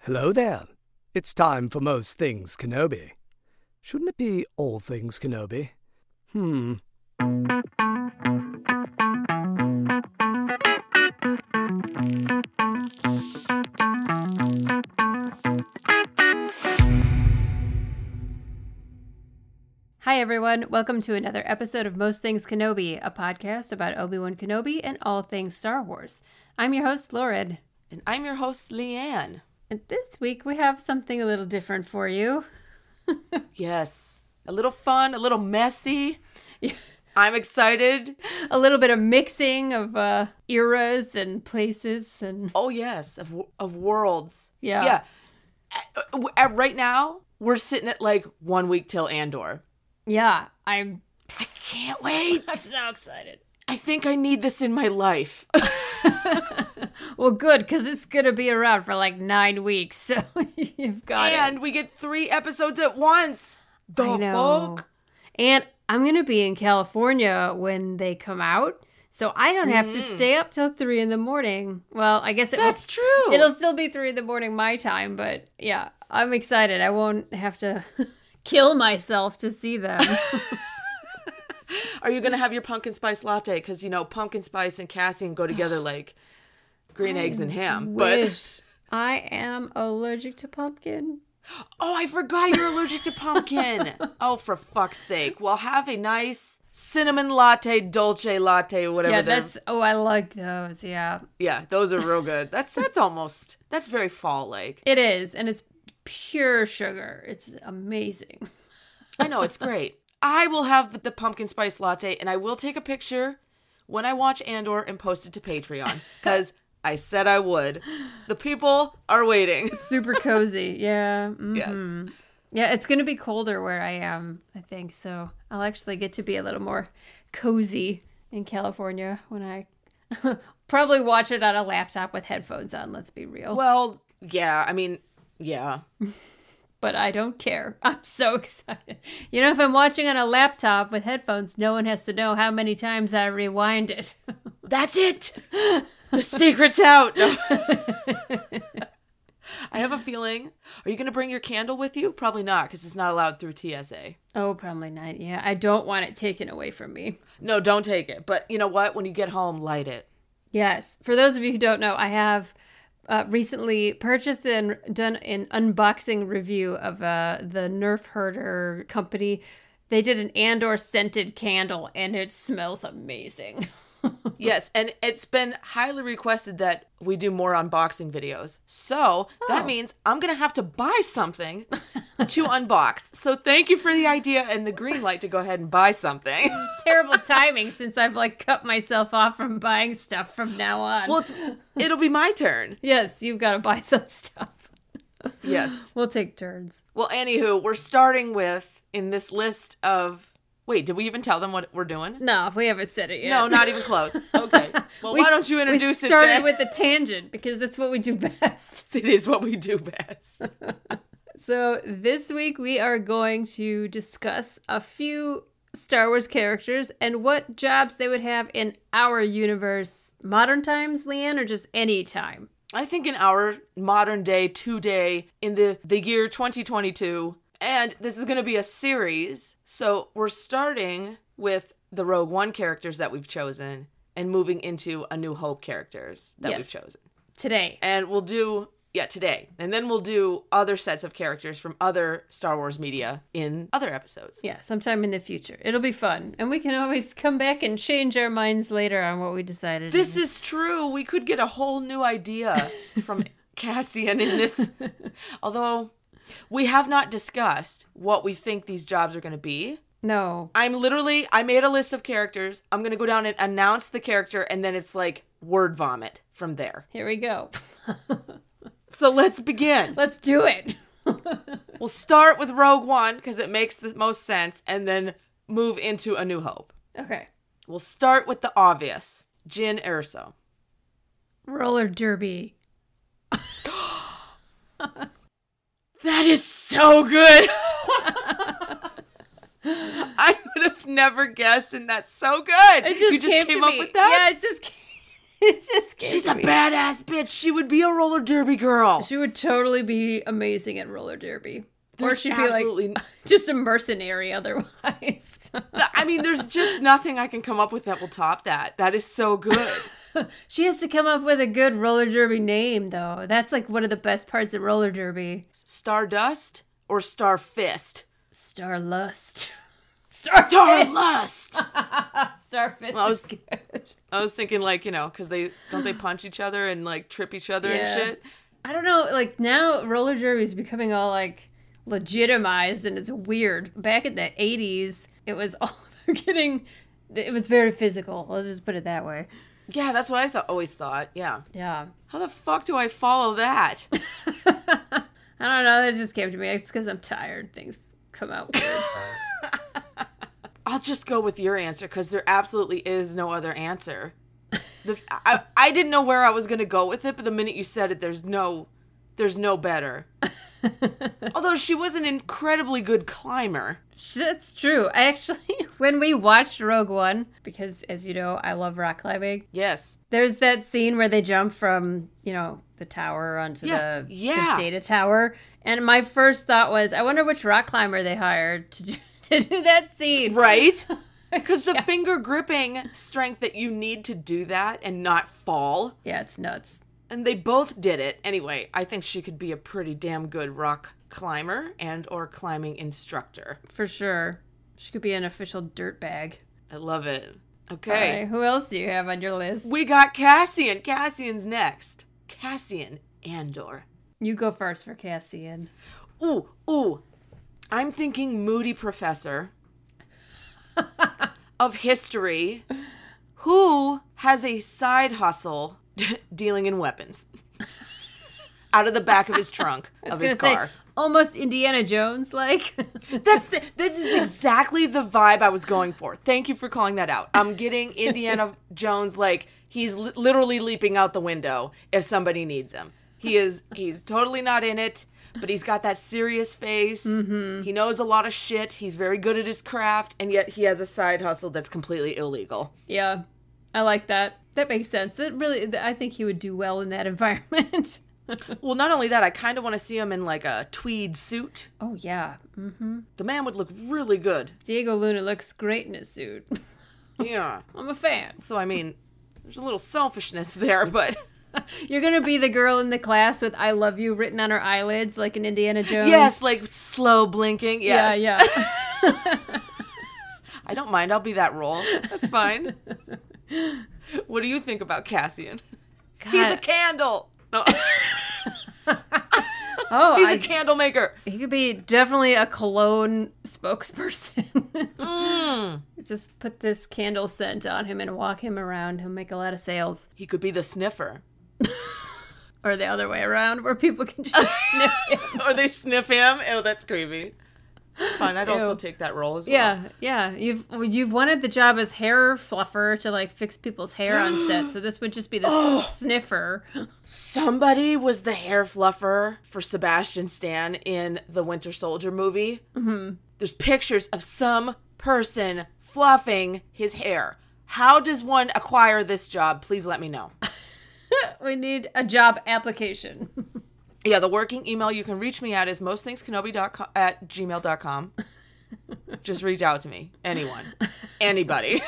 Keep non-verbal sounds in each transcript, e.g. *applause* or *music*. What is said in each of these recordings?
Hello there. It's time for most things Kenobi. Shouldn't it be all things Kenobi? Hmm. Hi, everyone. Welcome to another episode of Most Things Kenobi, a podcast about Obi Wan Kenobi and all things Star Wars. I'm your host, Lorid. And I'm your host, Leanne. And this week we have something a little different for you. Yes. A little fun, a little messy. *laughs* I'm excited. A little bit of mixing of uh, eras and places. And Oh, yes, of, w- of worlds. Yeah. Yeah. Uh, w- uh, right now, we're sitting at like one week till Andor. yeah, I'm I can't *laughs* wait. so excited. I think I need this in my life. Well, good, because it's going to be around for like nine weeks. *laughs* So you've got it. and we get three episodes at once. The I know. Oh, fuck? And I'm going to be in California when they come out. So I don't have to stay up till three in the morning. Well, I guess it Mm. That's will, true. It'll still be three in the morning my time, but yeah, I'm excited. I won't have to *laughs* kill myself to see *laughs* them. Are you gonna have your pumpkin spice latte? Because you know pumpkin spice and Cassian *sighs* go together like green eggs and ham. But Wish I am allergic to pumpkin. oh, I forgot you're allergic *laughs* to pumpkin. oh, for fuck's sake! Well, have a nice cinnamon latte, dolce latte, whatever. Yeah, they're- that's oh, I like those. Yeah, yeah, those are real good. That's that's almost that's very fall like. it is, and it's pure sugar. It's amazing. *laughs* I know it's great. I will have the, the pumpkin spice latte, and I will take a picture when I watch Andor and post it to Patreon because I said I would. The people are waiting. *laughs* super cozy. Yeah. Yes. mhm. Yeah, it's going to be colder where I am, I think. So I'll actually get to be a little more cozy in California when I *laughs* probably watch it on a laptop with headphones on, let's be real. Well, yeah, I mean, yeah. but I don't care. *laughs* I'm so excited. You know, if I'm watching on a laptop with headphones, no one has to know how many times I rewind it. *laughs* That's it. The secret's *laughs* out. No. I have a feeling. Are you going to bring your candle with you? Probably not because it's not allowed through TSA. oh, probably not. Yeah, I don't want it taken away from me. No, don't take it. But you know what? When you get home, light it. Yes. For those of you who don't know, I have uh, recently purchased and done an unboxing review of uh, the Nerf Herder company. They did an Andor scented candle, and it smells amazing. *laughs* Yes, and it's been highly requested that we do more unboxing videos. So that means I'm going to have to buy something to unbox. So thank you for the idea and the green light to go ahead and buy something. Terrible timing since I've like cut myself off from buying stuff from now on. well, it's, *laughs* it'll be my turn. yes, you've got to buy some *laughs* stuff. Yes. We'll take turns. Well, anywho, we're starting with in this list of. Wait, did we even tell them what we're doing? No, we haven't said it yet. *laughs* No, not even close. Okay. Well, We- why don't you introduce we it? started then? *laughs* with the tangent because that's what we do *laughs* best. it is what we do best. So this week we are going to discuss a few Star Wars characters and what jobs they would have in our universe, modern times, Leanne, or just any time. I think in our modern day, today, in the the year 2022, and this is going to be a series. So we're starting with the Rogue One characters that we've chosen, and moving into a New Hope characters that Yes. we've chosen. Today. and we'll do yeah today and then we'll do other sets of characters from other star wars media in other episodes Yeah, sometime in the future. It'll be fun. And we can always come back and change our minds later on what we decided. this is true we could get a whole new idea from cassian in this although we have not discussed what we think these jobs are going to be no. i'm literally i made a list of characters i'm going to go down and announce the character and then it's like word vomit from there Here we go. so *laughs* let's begin Let's do it. we'll start with rogue one because it makes the most sense and then move into a new hope Okay. We'll start with the obvious Jin Erso. Roller derby. That is so good. *laughs* I would have never guessed, and that's so good. It just you just came, came, to up me. with that? Yeah, it just *laughs* came. It just scares She's a me. badass bitch. She would be a roller derby girl. She would totally be amazing at roller derby. or There's she'd absolutely be like just a mercenary otherwise. *laughs* I mean, there's just *laughs* nothing I can come up with that will top that. That is so good. she has to come up with a good roller derby name though. That's like one of the best parts of roller derby. Stardust or Starfist? Starlust. *laughs* Starlust. Starfist Well, I is was- good. I was thinking like, you know, cuz they don't they punch each other and like trip each other Yeah. and shit. I don't know, like now roller derby is becoming all like legitimized and it's weird. Back in the 80s, it was *laughs* all getting it was very physical. Let's just put it that way. Yeah, that's what I thought always thought. Yeah. Yeah. How the fuck do I follow that? I don't know. That just came to me. It's because I'm tired. Things come out weird. I'll just go with your answer because there absolutely is no other answer. The, I, I didn't know where I was gonna go with it, but the minute you said it, there's no, there's no better. Although she was an incredibly good climber. *laughs* That's true. I actually, *laughs* when we watched Rogue One, because as you know, I love rock climbing, Yes. there's that scene where they jump from, you know, the tower onto Yeah, the, the yeah. data tower. And my first thought was, I wonder which rock climber they hired to do, *laughs* to do that scene. Right? Because the finger gripping strength that you need to do that and not fall, Yeah, it's nuts. and they both did it. Anyway, I think she could be a pretty damn good rock climber and or climbing instructor. For sure. She could be an official dirtbag. I love it. All Okay. right, who else do you have on your list? We got Cassian. Cassian's next. Cassian Andor. You go first for Cassian. Ooh, ooh. I'm thinking *laughs* moody professor of history who has a side hustle *laughs* dealing *laughs* in weapons out of the back of his trunk I of was his gonna say, car. almost Indiana Jones *laughs* like. That's the, this is exactly the vibe I was going for. Thank you for calling that out. I'm getting Indiana Jones like he's li- literally leaping out the window if somebody needs him. He is he's totally not in it, but he's got that serious face. He knows a lot of shit. He's very good at his craft, and yet he has a side hustle that's completely illegal. yeah, I like that. That makes sense. That really, th- I think he would do well in that *laughs* environment. Well, not only that, I kind of want to see him in like a tweed suit. oh yeah, The man would look really good. Diego Luna looks great in a suit. *laughs* Yeah. I'm a fan. So I mean, there's a little selfishness there, but You're gonna be the girl in the class with "I love you" written on her eyelids like an Indiana Jones. Yes, like slow blinking. Yeah, Yes. *laughs* yeah. I don't mind. I'll be that role. *laughs* That's fine. what do you think about Cassian? He's a God. candle. *laughs* No, oh, he's I- a candle maker. he could be definitely a cologne spokesperson. *laughs* Mm. Just put this candle scent on him and walk him around. He'll make a lot of sales. He could be the sniffer. or the other way around where people can *laughs* *laughs* just sniff it. *laughs* or they sniff him. Oh, that's creepy. That's fine. I'd also Ew. take that role as well. Yeah, yeah. You've you've wanted the job as hair fluffer to like fix people's hair on set, so this would just *gasps* be the sniffer. *laughs* Somebody was the hair fluffer for Sebastian Stan in the Winter Soldier movie. Mm-hmm. There's pictures of some person fluffing his hair. How does one acquire this job? Please let me know. We need a job application. *laughs* *laughs* Yeah, the working email you can reach me at is mostthingskenobi.com at *laughs* gmail.com. Just reach out to me. *laughs* Anyone. Anybody.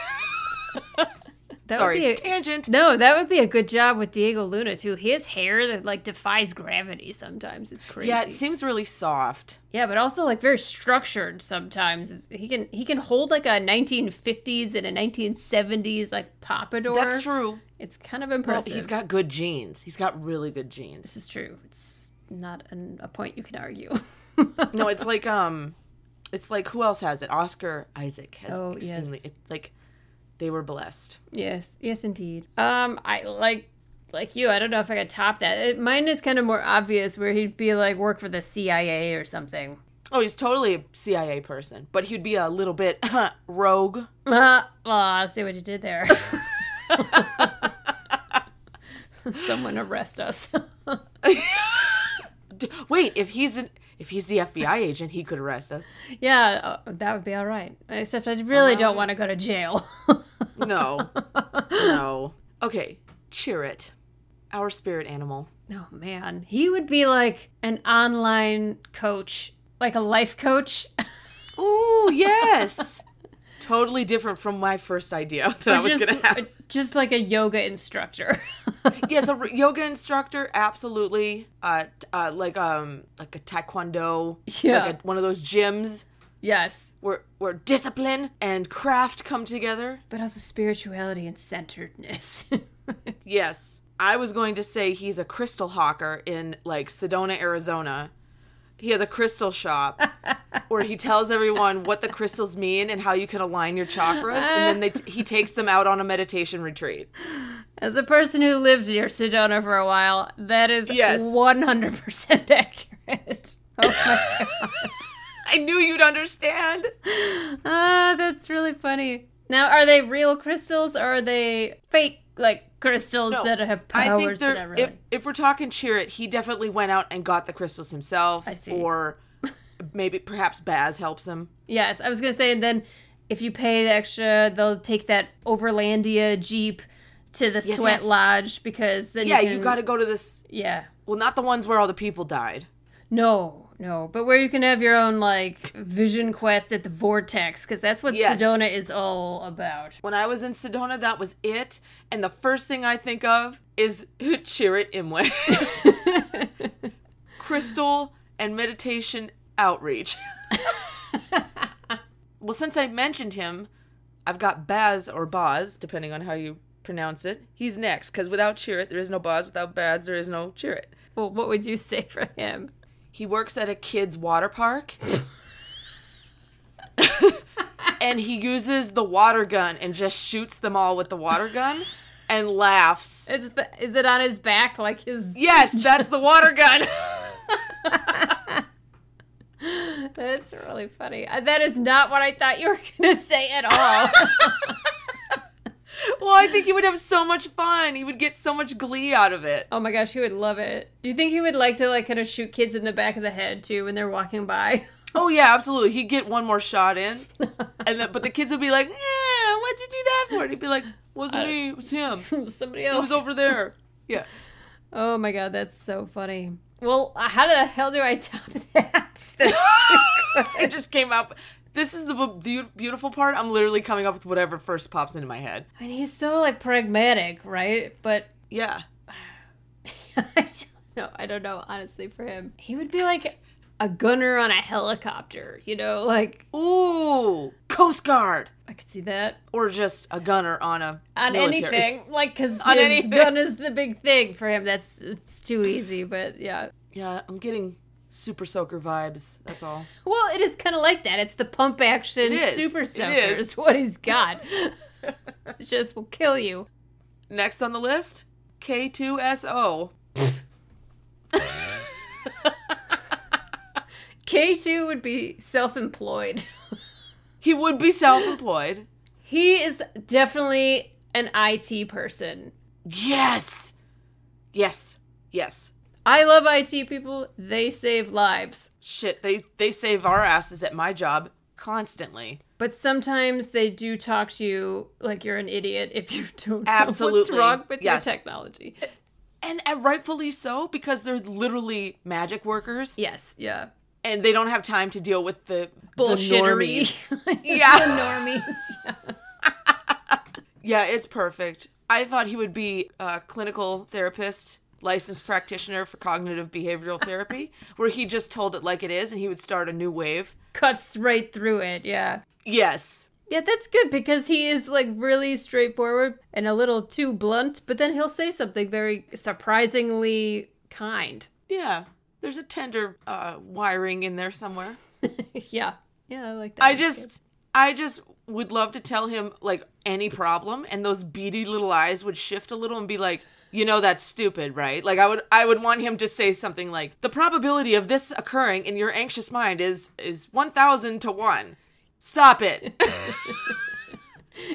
That *laughs* Sorry. Would be a, Tangent. no, that would be a good job with Diego Luna too. His hair that like defies gravity sometimes. It's crazy. Yeah, it seems really soft. Yeah, but also like very structured sometimes. It's- He can he can hold like a 1950s and a 1970s like pompadour. That's true. It's kind of Well, impressive. he's got good jeans. He's got really good jeans. This is true. It's not an, a point you can argue. *laughs* No, it's like um it's like who else has it? Oscar Isaac has Oh, extremely yes. it's like they were blessed. yes, yes, indeed. Um, I like like you. I don't know if I could top that. It, mine is kind of more obvious, where he'd be like work for the CIA or something. *laughs* Oh, he's totally a CIA person, but he'd be a little bit *laughs* rogue. Uh, well, I see what you did there. *laughs* Someone arrest us. D- Wait, if he's an if he's the FBI agent, he could arrest us. *laughs* yeah, uh, that would be all right. *laughs* Except I really don't want to go to jail. No. no. Okay. cheer it. Our spirit animal. *laughs* Oh man, he would be like an online coach, like a life coach. Ooh, yes. *laughs* totally different from my first idea *laughs* that *laughs* I Or was just, going to have. just like a yoga instructor. *laughs* Yes, a re- yoga instructor, absolutely. Uh, t- uh, like um, like a taekwondo, Yeah. like a, one of those gyms yes, where where discipline and craft come together. but also spirituality and centeredness. *laughs* Yes. I was going to say he's a crystal hawker in like Sedona, Arizona. He has a crystal shop where he tells everyone what the crystals mean and how you can align your chakras, and then they t- he takes them out on a meditation retreat. As a person who lived near Sedona for a while, that is Yes. 100% accurate. *laughs* Oh I knew you'd understand. my- ah, that's really funny. Now, are they real crystals or are they fake, like crystals No, that have I think powers? but not there, really? if, if we're talking cheer it, he definitely went out and got the crystals himself, I see. or maybe perhaps Baz *laughs* helps him. Yes, I was gonna say, and then if you pay the extra, they'll take that Overlandia jeep to the Yes, sweat yes. lodge because then Yeah, you, you can- got to go to this. yeah Well, not the ones where all the people died. no no but where you can have your own like vision quest at the vortex because that's what Yes. Sedona is all about. When I was in Sedona, that was it. And the first thing I think of is *laughs* Chirrut Imwe. Crystal and meditation outreach. *laughs* well, since I mentioned him, I've got Baz or Baz, depending on how you pronounce it. He's next, because without Chirrut, there is no Baz. Without Baz, there is no Chirrut. Well, what would you say for him? He works at a kid's water park. and he uses the water gun and just shoots them all with the water gun and laughs. Is the, is it on his back like his? Yes, that's the water gun. *laughs* That's really funny. Uh, That is not what I thought you were *laughs* gonna say at all. well, I think he would have so much fun. He would get so much glee out of it. *laughs* oh my gosh, he would love it. Do you think he would like to like kind of shoot kids in the back of the head too when they're walking by? *laughs* Oh yeah, absolutely. He'd get one more shot in. And then but the kids would be like, "Yeah, what'd you do that for?" And he'd be like, "Wasn't me, it was him. It Somebody else. was over there." Yeah. Oh my god, that's so funny. Well, uh, how the hell do I top *laughs* that? *laughs* it just came up. This is the bu- the beautiful part. I'm literally coming up with whatever first pops into my head. I mean, he's so like pragmatic, right? But Yeah. *laughs* I don't know. I don't know honestly for him. He would be like a gunner on a helicopter, you know? Like Ooh, Coast Guard, I could see that or just a gunner on a on military. anything, like *laughs* because On anything. gun is the big thing for him. That's it's too easy, but yeah. Yeah, I'm getting super soaker vibes. That's all. *laughs* Well, it is kind of like that. It's the pump action It is. super It soaker. is. Is what he's got. *laughs* it just will kill you. Next on the list, K2SO. K two would be self employed. He would be self-employed. *laughs* He is definitely an IT person. yes. Yes. Yes. I love IT people. They save lives. Shit, they they save our asses at my job constantly. But sometimes they do talk to you like you're an idiot if you *laughs* don't know what's Absolutely. wrong with Yes. your technology. And, and rightfully so because they're literally magic workers. Yes, yeah. and they don't have time to deal with the the normies. Bullshittery. *laughs* the Yeah, normies. Yeah. yeah, it's perfect. I thought he would be a clinical therapist, licensed practitioner for cognitive behavioral therapy, where he just told it like it is, and he would start a new wave. Cuts right through it, yeah. Yes, Yeah, that's good because he is like really straightforward and a little too blunt, but then he'll say something very surprisingly kind. *laughs* yeah. There's a tender uh, wiring in there somewhere. yeah. Yeah, I like that. I That's good. just, I just would love to tell him like any problem, and those beady little eyes would shift a little and be like, you know, that's stupid, right? Like I would, I would want him to say something like, the probability of this occurring in your anxious mind is is one thousand to one. Stop it. *laughs*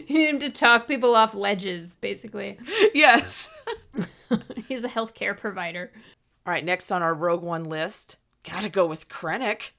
You need *laughs* him to talk people off ledges, basically. *laughs* yes. He's a healthcare provider. All right, next on our Rogue One list, gotta go with Krennic.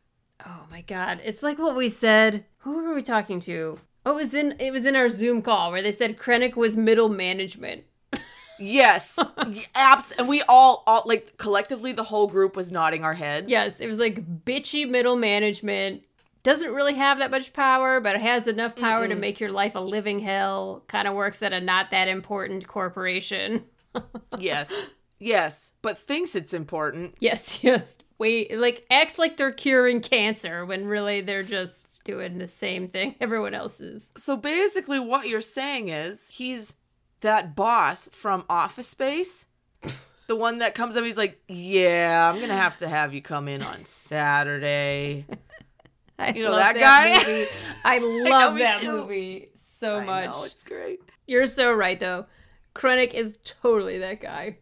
Oh my god. It's like what we said. Who were we talking to? Oh, it was in it was in our Zoom call where they said Krennic was middle management. *laughs* Yes. Y- Abs and we all all like collectively the whole group was nodding our heads. Yes, it was like bitchy middle management. Doesn't really have that much power, but it has enough power to make your life a living hell. Kind of works at a not that important corporation. *laughs* Yes. Yes. But thinks it's important. Yes, yes. Wait, like acts like they're curing cancer when really they're just doing the same thing *laughs* everyone else is. So basically what you're saying is he's that boss from Office Space. The one that comes up, he's like, "Yeah, I'm gonna have to have you come in *laughs* on Saturday." I You know love that guy? *laughs* movie. I love me that too. movie so I much. know, it's great. You're so right though. Krennic is totally that guy.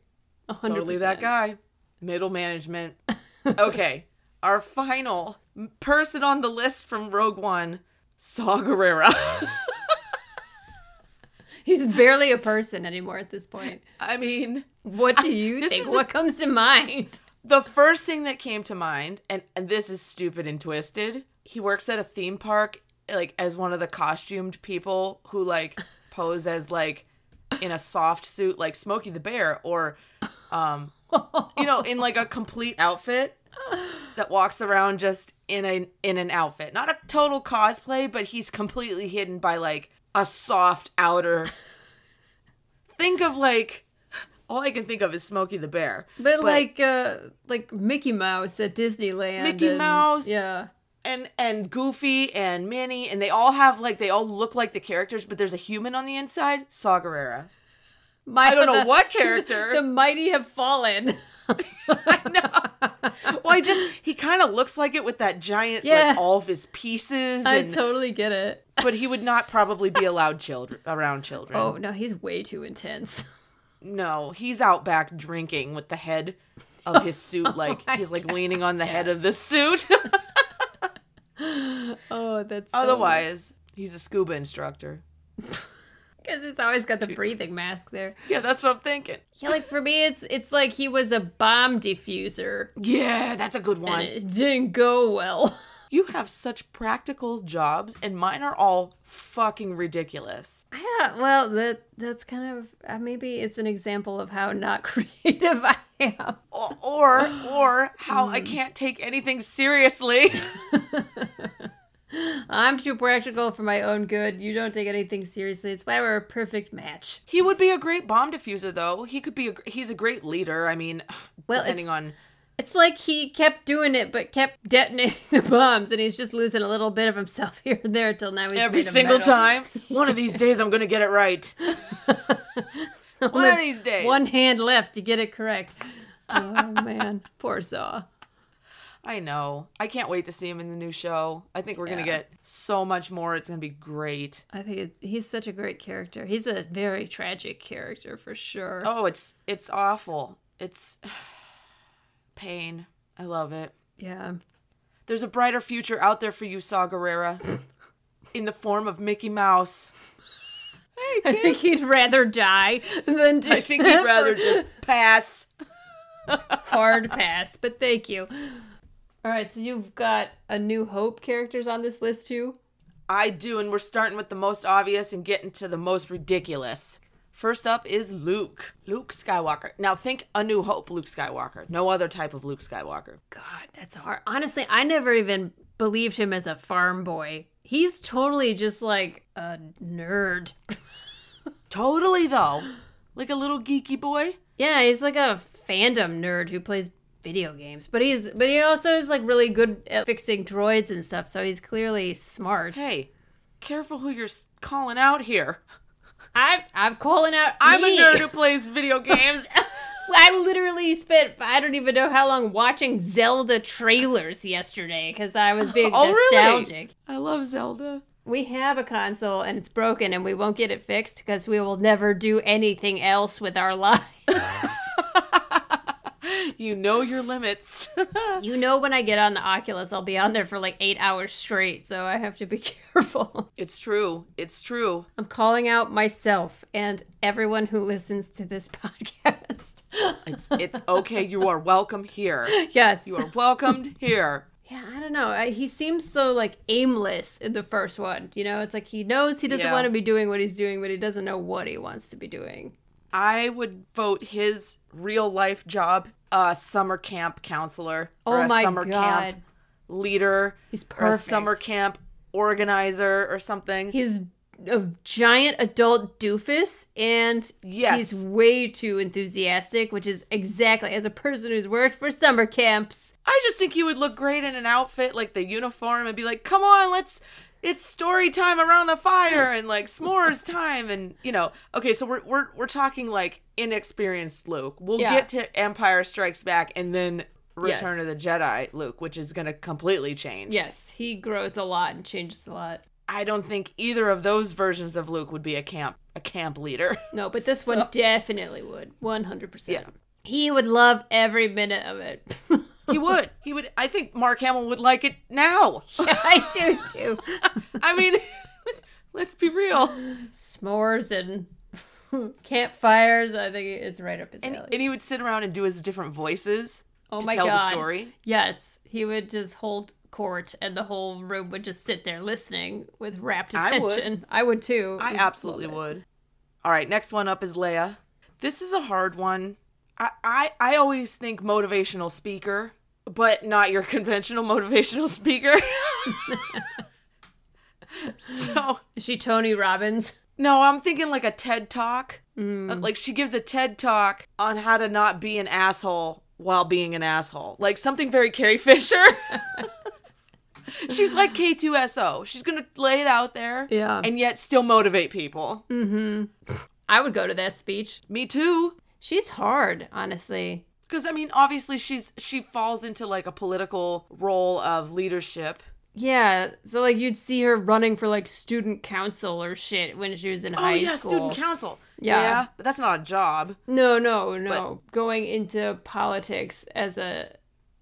100%. Totally that guy. Middle management. *laughs* Okay, our final person on the list from Rogue One, Saw Gerrera. *laughs* He's barely a person anymore at this point. I mean, What *laughs* do you this think? is a- What comes to mind? the first thing that came to mind, and, and this is stupid and twisted, he works at a theme park, like as one of the costumed people who like pose as like in a soft suit, like Smokey the Bear, or um, you know, in like a complete outfit that walks around just in a in an outfit, not a total cosplay, but he's completely hidden by like a soft outer. think of like. All I can think of is Smokey the Bear. But, like uh like Mickey Mouse at Disneyland. Mickey and- Mouse. Yeah. and and Goofy and Minnie, and they all have like they all look like the characters, but there's a human on the inside. Saw Gerrera. My, I don't know the- *laughs* what character. The mighty have fallen. well, I just he kind of looks like it with that giant Yeah. like all of his pieces, I and, totally get it. but he would not probably be allowed children around children. Oh no, he's way too intense. *laughs* No, he's out back drinking with the head of *laughs* his suit, like he's like leaning on the head of the *laughs* suit. Oh, that's so- Otherwise, he's a scuba instructor. 'Cause it's always got the breathing mask there. Yeah, that's what I'm thinking. Yeah, like for me, it's it's like he was a bomb diffuser, Yeah, that's a good one. and it didn't go well. You have such practical jobs, and mine are all fucking ridiculous. Yeah, well, that that's kind of uh, maybe it's an example of how not *laughs* creative I am. Or, or, or how I can't take anything *laughs* seriously. I'm too practical for my own good. You don't take anything seriously. It's why we're a perfect match. he would be a great bomb diffuser, though. He could be. A, gr- he's a great leader. I mean, *sighs* Well, depending it's- on. It's like he kept doing it, but kept detonating *laughs* the bombs, and he's just losing a little bit of himself *laughs* here and there until now he's Every made a single medal. *laughs* time, one of these days I'm gonna get it right. *laughs* one of these days, One hand left to get it correct. Oh *laughs* man, poor Saw. I know. I can't wait to see him in the new show. I think we're gonna Yeah. get so much more. It's gonna be great. I think it, he's such a great character. He's a very tragic character for sure. Oh, it's it's awful. It's *sighs* pain. I love it. Yeah. There's a brighter future out there for you, Saw Gerrera, in the form of Mickey Mouse. I think he'd rather die than do I think he'd rather just pass. hard pass. But thank you. All right, so you've got a New Hope characters on this list too. I do, and we're starting with the most obvious and getting to the most ridiculous. First up is Luke. Luke Skywalker. Now think A New Hope Luke Skywalker. No other type of Luke Skywalker. God, that's hard. Honestly, I never even believed him as a farm boy. He's totally just like a nerd. Totally, though. Like a little geeky boy. Yeah, he's like a fandom nerd who plays video games, but he's but he also is like really good at fixing droids and stuff. So he's clearly smart. Hey, careful who you're s- calling out here. I'm I'm calling out. I'm me. a nerd who *laughs* plays video games. I literally spent I don't even know how long watching Zelda trailers yesterday because I was being Oh, really? nostalgic. I love Zelda. We have a console and it's broken and we won't get it fixed because we will never do anything else with our *laughs* lives. You know your limits. *laughs* you know, when I get on the Oculus, I'll be on there for like eight hours straight, so I have to be *laughs* careful. It's true. It's true. I'm calling out myself and everyone who listens to this *laughs* podcast. It's it's okay. You are welcome here. yes. You are welcomed here. Yeah, I don't know. I, he seems so like aimless in the first one. You know, it's like he knows he doesn't Yeah. want to be doing what he's doing, but he doesn't know what he wants to be doing. I would vote his real life job a summer camp counselor or Oh a my summer God. camp leader. He's or a summer perfect. camp organizer or something. He's a giant adult doofus and Yes. he's way too enthusiastic, which is exactly as a person who's worked for summer camps. I just think he would look great in an outfit like the uniform and be like, "Come on, let's it's story time around the fire and like *laughs* s'mores time and you know, okay, so we're we're we're talking like inexperienced Luke. We'll Yeah. get to Empire Strikes Back and then Return Yes. of the Jedi Luke, which is going to completely change. Yes, he grows a lot and changes a lot. I don't think either of those versions of Luke would be a camp a camp leader. *laughs* No, but this one definitely would. 100%. Yeah. He would love every minute of it. *laughs* he would. He would I think Mark Hamill would like it now. I do too. *laughs* I mean, *laughs* let's be real. S'mores and *laughs* campfires. I think it's right up his And, alley. and he would sit around and do his different voices oh to my tell god. the story. Yes, he would just hold court, and the whole room would just sit there listening with rapt I would. attention. I would, too. I absolutely would. All right, next one up is Leia. This is a hard one. I, I, I always think motivational speaker, but not your *laughs* conventional motivational speaker. *laughs* so, Is she Tony Robbins? no, I'm thinking like a TED talk. Uh, Like she gives a TED talk on how to not be an asshole while being an asshole. Like something very Carrie *laughs* Fisher. She's like K2SO. She's going to lay it out there Yeah. and yet still motivate people. I would go to that speech. Me too. She's hard, honestly. Cuz I mean obviously she's she falls into like a political role of leadership. Yeah, so like you'd see her running for like student council or shit when she was in oh high yeah, school. student council. Yeah. but that's not a job. No, no, no. Going into politics as a,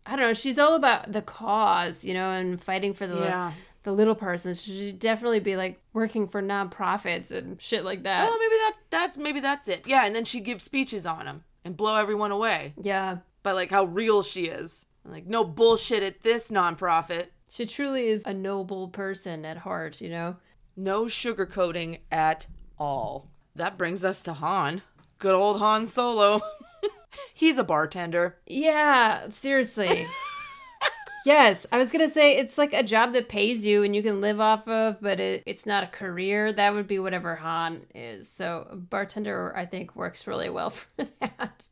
I don't know. She's all about the cause, you know, and fighting for the Yeah. the little person. She'd definitely be like working for nonprofits and shit like that. Oh, maybe that that's maybe that's it. Yeah, and then she gives speeches on them and blow everyone away. yeah, by like how real she is. Like no bullshit at this nonprofit, she truly is a noble person at heart, you know. no sugarcoating at all. That brings us to Han. Good old Han Solo. *laughs* He's a bartender. Yeah, seriously. yes, I was gonna say it's like a job that pays you and you can live off of, but it, it's not a career. That would be whatever Han is. So a bartender, I think, works really well *laughs* for that.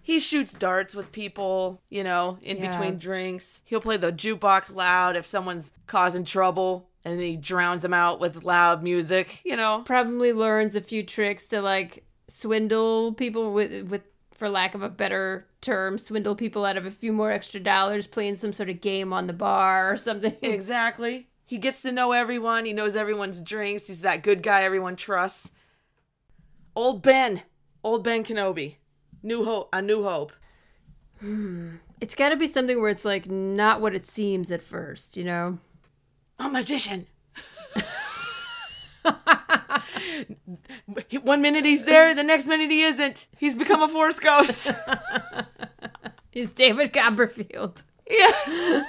He shoots darts with people, you know, in Yeah. between drinks. He'll play the jukebox loud if someone's causing trouble, and he drowns them out with loud music, you know. Probably learns a few tricks to like swindle people with with for lack of a better term, swindle people out of a few more extra dollars playing some sort of game on the bar or something. Exactly. He gets to know everyone. He knows everyone's drinks. He's that good guy everyone trusts. Old Ben, old Ben Kenobi, New Hope, a New Hope. *laughs* It's got to be something where it's like not what it seems at first, you know. A magician. *laughs* One minute he's there, the next minute he isn't. He's become a *laughs* force ghost. Is David Copperfield. yeah.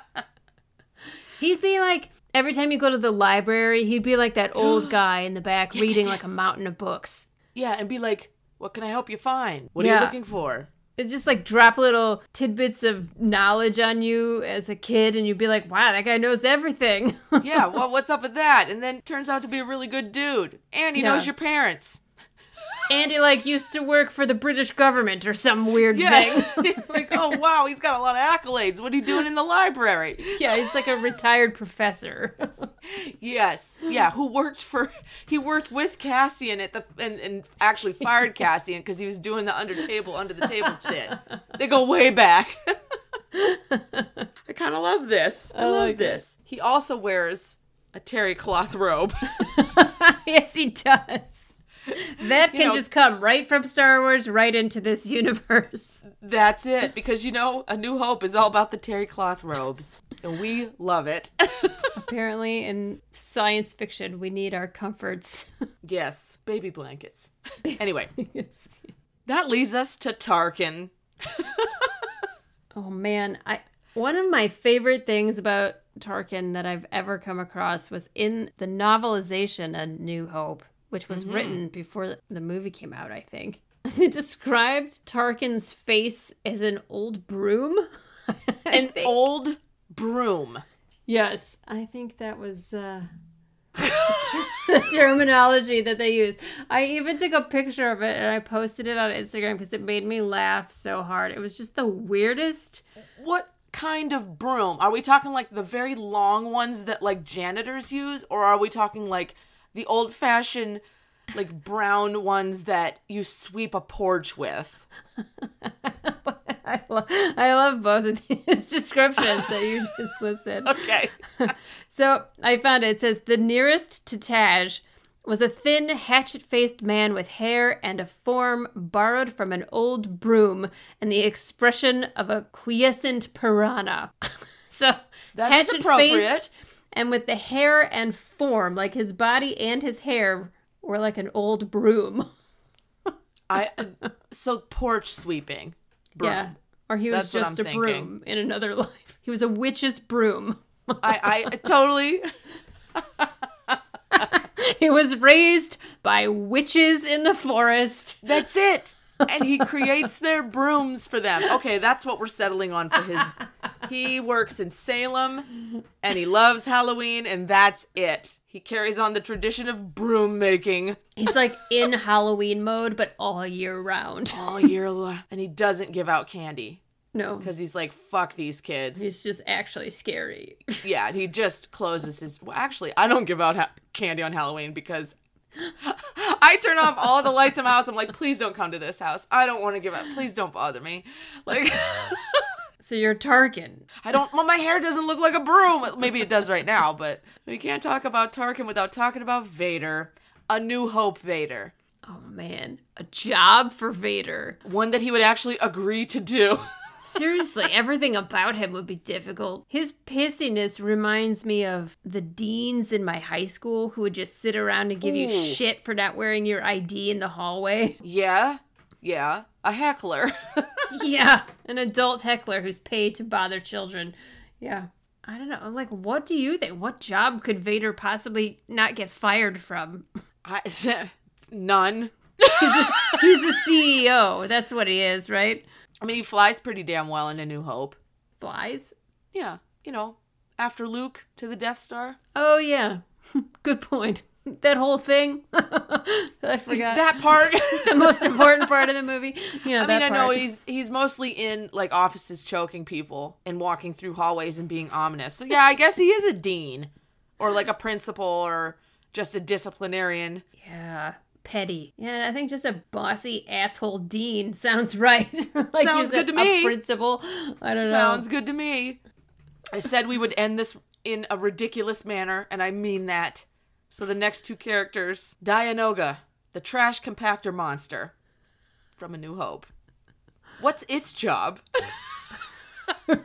*laughs* He'd be like every time you go to the library, he'd be like that *gasps* old guy in the back yes, reading like yes. a mountain of books. Yeah, and be like, what can I help you find? What are Yeah. you looking for? It'd just like drop little tidbits of knowledge on you as a kid, and you'd be like, "Wow, that guy knows *laughs* everything." Yeah, well, what's up with that? And then turns out to be a really good dude. And he Yeah. knows your parents. and he like used to work for the British government or some weird Yeah. thing. *laughs* *laughs* like, oh wow, he's got a lot of accolades. What are you doing in the library? yeah, he's like a retired professor. *laughs* Yes. Yeah, who worked for he worked with Cassian at the and, and actually fired Cassian because he was doing the under table under the table shit. They go way back. *laughs* I kind of love this. I, love like it. this. He also wears a terry cloth robe. *laughs* yes, he does. That can know- just come right from Star Wars right into this universe. That's it because you know, A New Hope is all about the terry cloth robes. And we love it. *laughs* Apparently, in science fiction, we need our comforts. *laughs* yes, baby blankets. Anyway, That leads us to Tarkin. oh man, I one of my favorite things about Tarkin that I've ever come across was in the novelization A New Hope, which was Mm-hmm. written before the movie came out, I think. *laughs* It described Tarkin's face as an old broom. *laughs* I An think- old broom. Yes, I think that was uh, the *laughs* terminology that they used. I even took a picture of it and I posted it on Instagram because it made me laugh so hard. It was just the weirdest. What kind of broom? Are we talking like the very long ones that like janitors use, or are we talking like the old fashioned, like brown ones that you sweep a porch with? *laughs* I, lo- I love both of *laughs* these descriptions that you just *laughs* listed. Okay. So I found it. It says the nearest to Taj was a thin, hatchet faced man with hair and a form borrowed from an old broom and the expression of a quiescent piranha. *laughs* so That is appropriate. and with the hair and form, like his body and his hair were like an old broom. *laughs* I uh, so porch sweeping. Broom. Yeah. Or he was That's what I'm just a thinking. broom in another *laughs* life. He was a witch's broom. I, I totally he was raised by witches in the forest. that's it. And he creates their brooms for them. Okay, that's what we're settling on for his he works in Salem and he loves Halloween and that's it. He carries on the tradition of broom making He's like in Halloween mode, but all year round. all year long. And he doesn't give out candy No, because he's like, fuck these kids. he's just actually scary. Yeah, he just closes his. Well, actually, I don't give out ha- candy on Halloween because I turn off all the lights in my house. I'm like, please don't come to this house. I don't want to give out. Please don't bother me. Like, So you're Tarkin. I don't. Well, my hair doesn't look like a broom. Maybe it does right now, but we can't talk about Tarkin without talking about Vader, a New Hope Vader, Oh man, a job for Vader. one that he would actually agree to do. *laughs* *laughs* Seriously, everything about him would be difficult. His pissiness reminds me of the deans in my high school who would just sit around and give you Ooh. shit for not wearing your ID in the hallway. yeah, yeah, a heckler. *laughs* yeah, an adult heckler who's paid to bother children. Yeah. I don't know. I'm like, what do you think? What job could Vader possibly not get fired *laughs* from? I, none. He's the CEO. That's what he is, right? I mean, he flies pretty damn well in A New Hope. Flies. yeah, you know, after Luke to the Death Star. Oh, yeah. *laughs* Good point. That whole thing. *laughs* I forgot. That part. the *laughs* most important part of the movie. Yeah, I mean, that I know part. he's he's mostly in like offices choking people and walking through hallways and being ominous. So yeah, I guess he is a dean or like a principal or just a disciplinarian. Yeah. Petty. Yeah, I think just a bossy asshole dean sounds right. *laughs* like he's Sounds good a- to me. A principal. I don't Sounds know. good to me. I said we would end this in a ridiculous manner and I mean that. So the next two characters, Dianoga, the trash compactor monster from A New Hope. What's its job? *laughs* I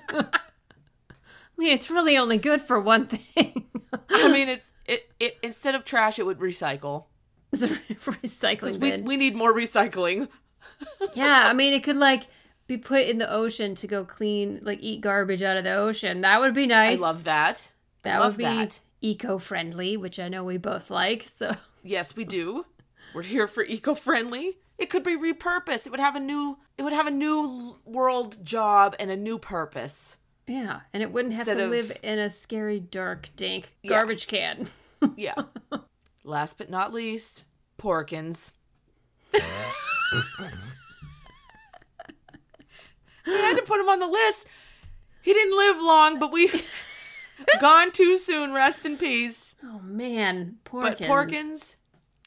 mean, it's really only good for one *laughs* thing. I mean, it's it, it instead of trash, it would recycle. it's a re- recycling We, bin. we need more recycling. yeah, I mean, it could like be put in the ocean to go clean, like eat garbage out of the ocean. That would be I nice. love that. I That love would be that. eco-friendly, which I know we both like. So *laughs* Yes, we do. We're here for eco-friendly. It could be repurposed. It would have a new. It would have a new l- world job and a new purpose. yeah, and it wouldn't have Instead to of- live in a scary, dark, dank garbage can. *laughs* Yeah. Last but not least, Porkins. we had to put him on the list. He didn't live long, *laughs* but we gone too soon. Rest in peace. Oh man, Porkins. But Porkins,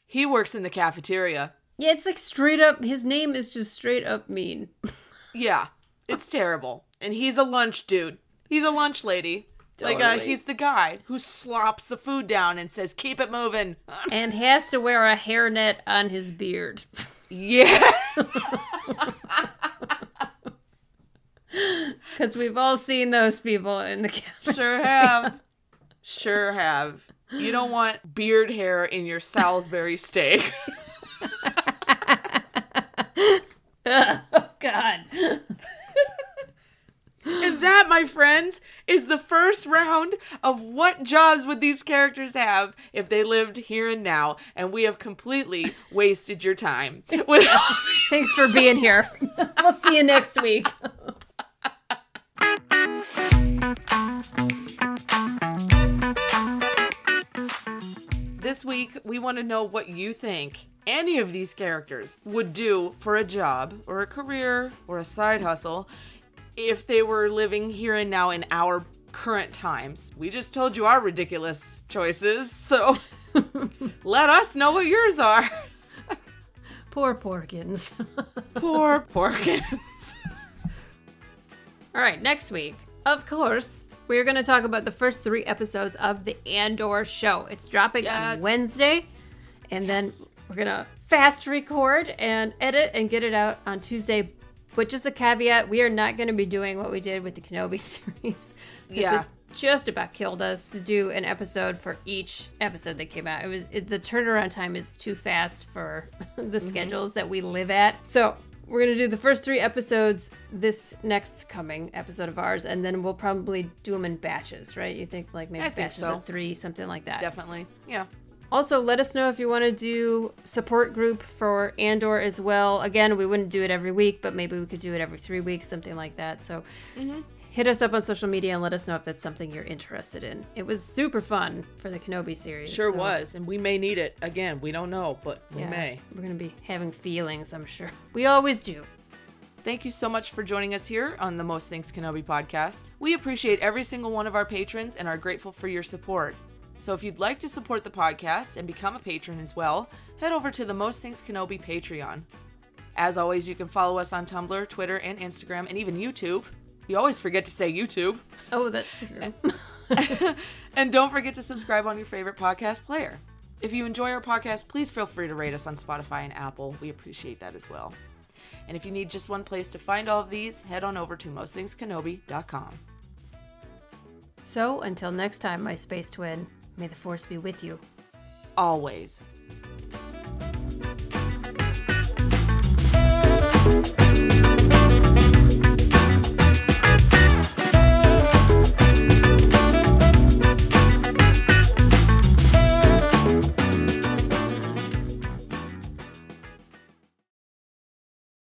he works in the cafeteria. Yeah, it's like straight up. His name is just straight up *laughs* mean. Yeah, it's terrible. And he's a lunch dude. He's a lunch lady. Like, uh, Totally. he's the guy who slops the food down and says, keep it moving. and has to wear a hairnet on his beard. *laughs* yeah. Because we've all seen those people in the *laughs* cafeteria. *laughs* Sure have. Sure have. You don't want beard hair in your Salisbury steak. *laughs* oh God. and that, my friends, is the first round of what jobs would these characters have if they lived here and now. And we have completely wasted your time. *laughs* With- Thanks for being here. we'll see you next week. this week, we want to know what you think any of these characters would do for a job or a career or a side hustle if they were living here and now in our current times. We just told you our ridiculous choices, *laughs* so let us know what yours are. Poor Porkins. *laughs* Poor Porkins. All right, next week, of course, we're going to talk about the first three episodes of the Andor show. It's dropping Yes. on Wednesday, and then we're going to fast record and edit and get it out on Tuesday. But just a caveat, we are not going to be doing what we did with the Kenobi *laughs* series. 'Cause Yeah. It just about killed us to do an episode for each episode that came out. It was it, the turnaround time is too fast for *laughs* the Mm-hmm. schedules that we live at. So we're gonna do the first three episodes this next coming episode of ours, and then we'll probably do them in batches, right? You think like maybe I think batches so. of three, something like that. Definitely. Yeah. Also, let us know if you want to do support group for Andor as well. Again, we wouldn't do it every week, but maybe we could do it every three weeks, something like that. So, Mm-hmm. hit us up on social media and let us know if that's something you're interested in. It was super fun for the Kenobi series. Sure so- was. And we may need it again. We don't know, but we Yeah, may. We're gonna be having feelings, I'm sure. *laughs* We always do. Thank you so much for joining us here on the Most Things Kenobi podcast. We appreciate every single one of our patrons and are grateful for your support. So if you'd like to support the podcast and become a patron as well, head over to the Most Things Kenobi Patreon. As always, you can follow us on Tumblr, Twitter, and Instagram, and even YouTube. We always forget to say YouTube. Oh, that's *laughs* true. And don't forget to subscribe on your favorite podcast player. If you enjoy our podcast, please feel free to rate us on Spotify and Apple. We appreciate that as well. And if you need just one place to find all of these, head on over to mostthingskenobi.com. so, until next time, my space twin, may the force be with you. Always.